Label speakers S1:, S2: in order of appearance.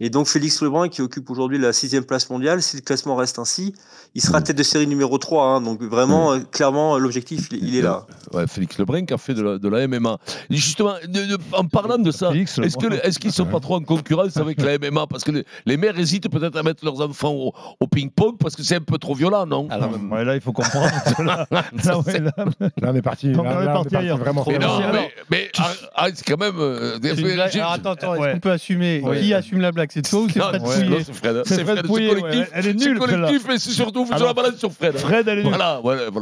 S1: Et donc Félix Lebrun, qui occupe aujourd'hui la sixième place mondiale, si le classement reste ainsi, il sera tête de série numéro 3. hein. donc vraiment, euh, clairement, l'objectif, il, il est là.
S2: Ouais, Félix Lebrun qui a fait de la, de la MMA. Et justement, de- de- en parlant de ça,
S3: Félix,
S2: est-ce que
S3: Lebrun.
S2: le- est-ce qu'ils sont pas trop en concurrence avec la MMA Parce que les, les mères hésitent peut-être à mettre leurs enfants au, au ping-pong parce que c'est un peu trop violent, Ah non
S3: Ah,
S4: Alors,
S3: Ouais, là, il faut comprendre. là, là, ouais, là,
S5: Là, on est parti.
S3: Donc,
S5: là,
S3: on est
S5: là,
S3: parti ailleurs.
S5: vraiment.
S4: Trop
S2: Mais non,
S4: Alors,
S2: mais, mais, ah, ah, c'est quand même. euh,
S4: c'est une
S2: j'ai-
S4: blague.
S2: j'ai-
S3: ah,
S4: Alors, attends, attends,
S3: Ouais.
S4: est-ce qu'on peut assumer
S3: Ouais.
S4: Qui assume la blague C'est toi ou c'est
S2: Non,
S4: Fred
S2: non, c'est
S4: Pouillet
S2: Fred, hein.
S3: C'est
S2: c'est
S3: Fred
S2: Fred, c'est
S3: Pouillet, ouais.
S2: collectif.
S3: Elle est
S2: C'est
S3: nulle, celle-là.
S2: collectif, mais c'est surtout, on fout sur la
S3: Alors,
S2: balade sur Fred. hein.
S3: Fred, elle est nulle.
S2: Voilà, voilà, voilà.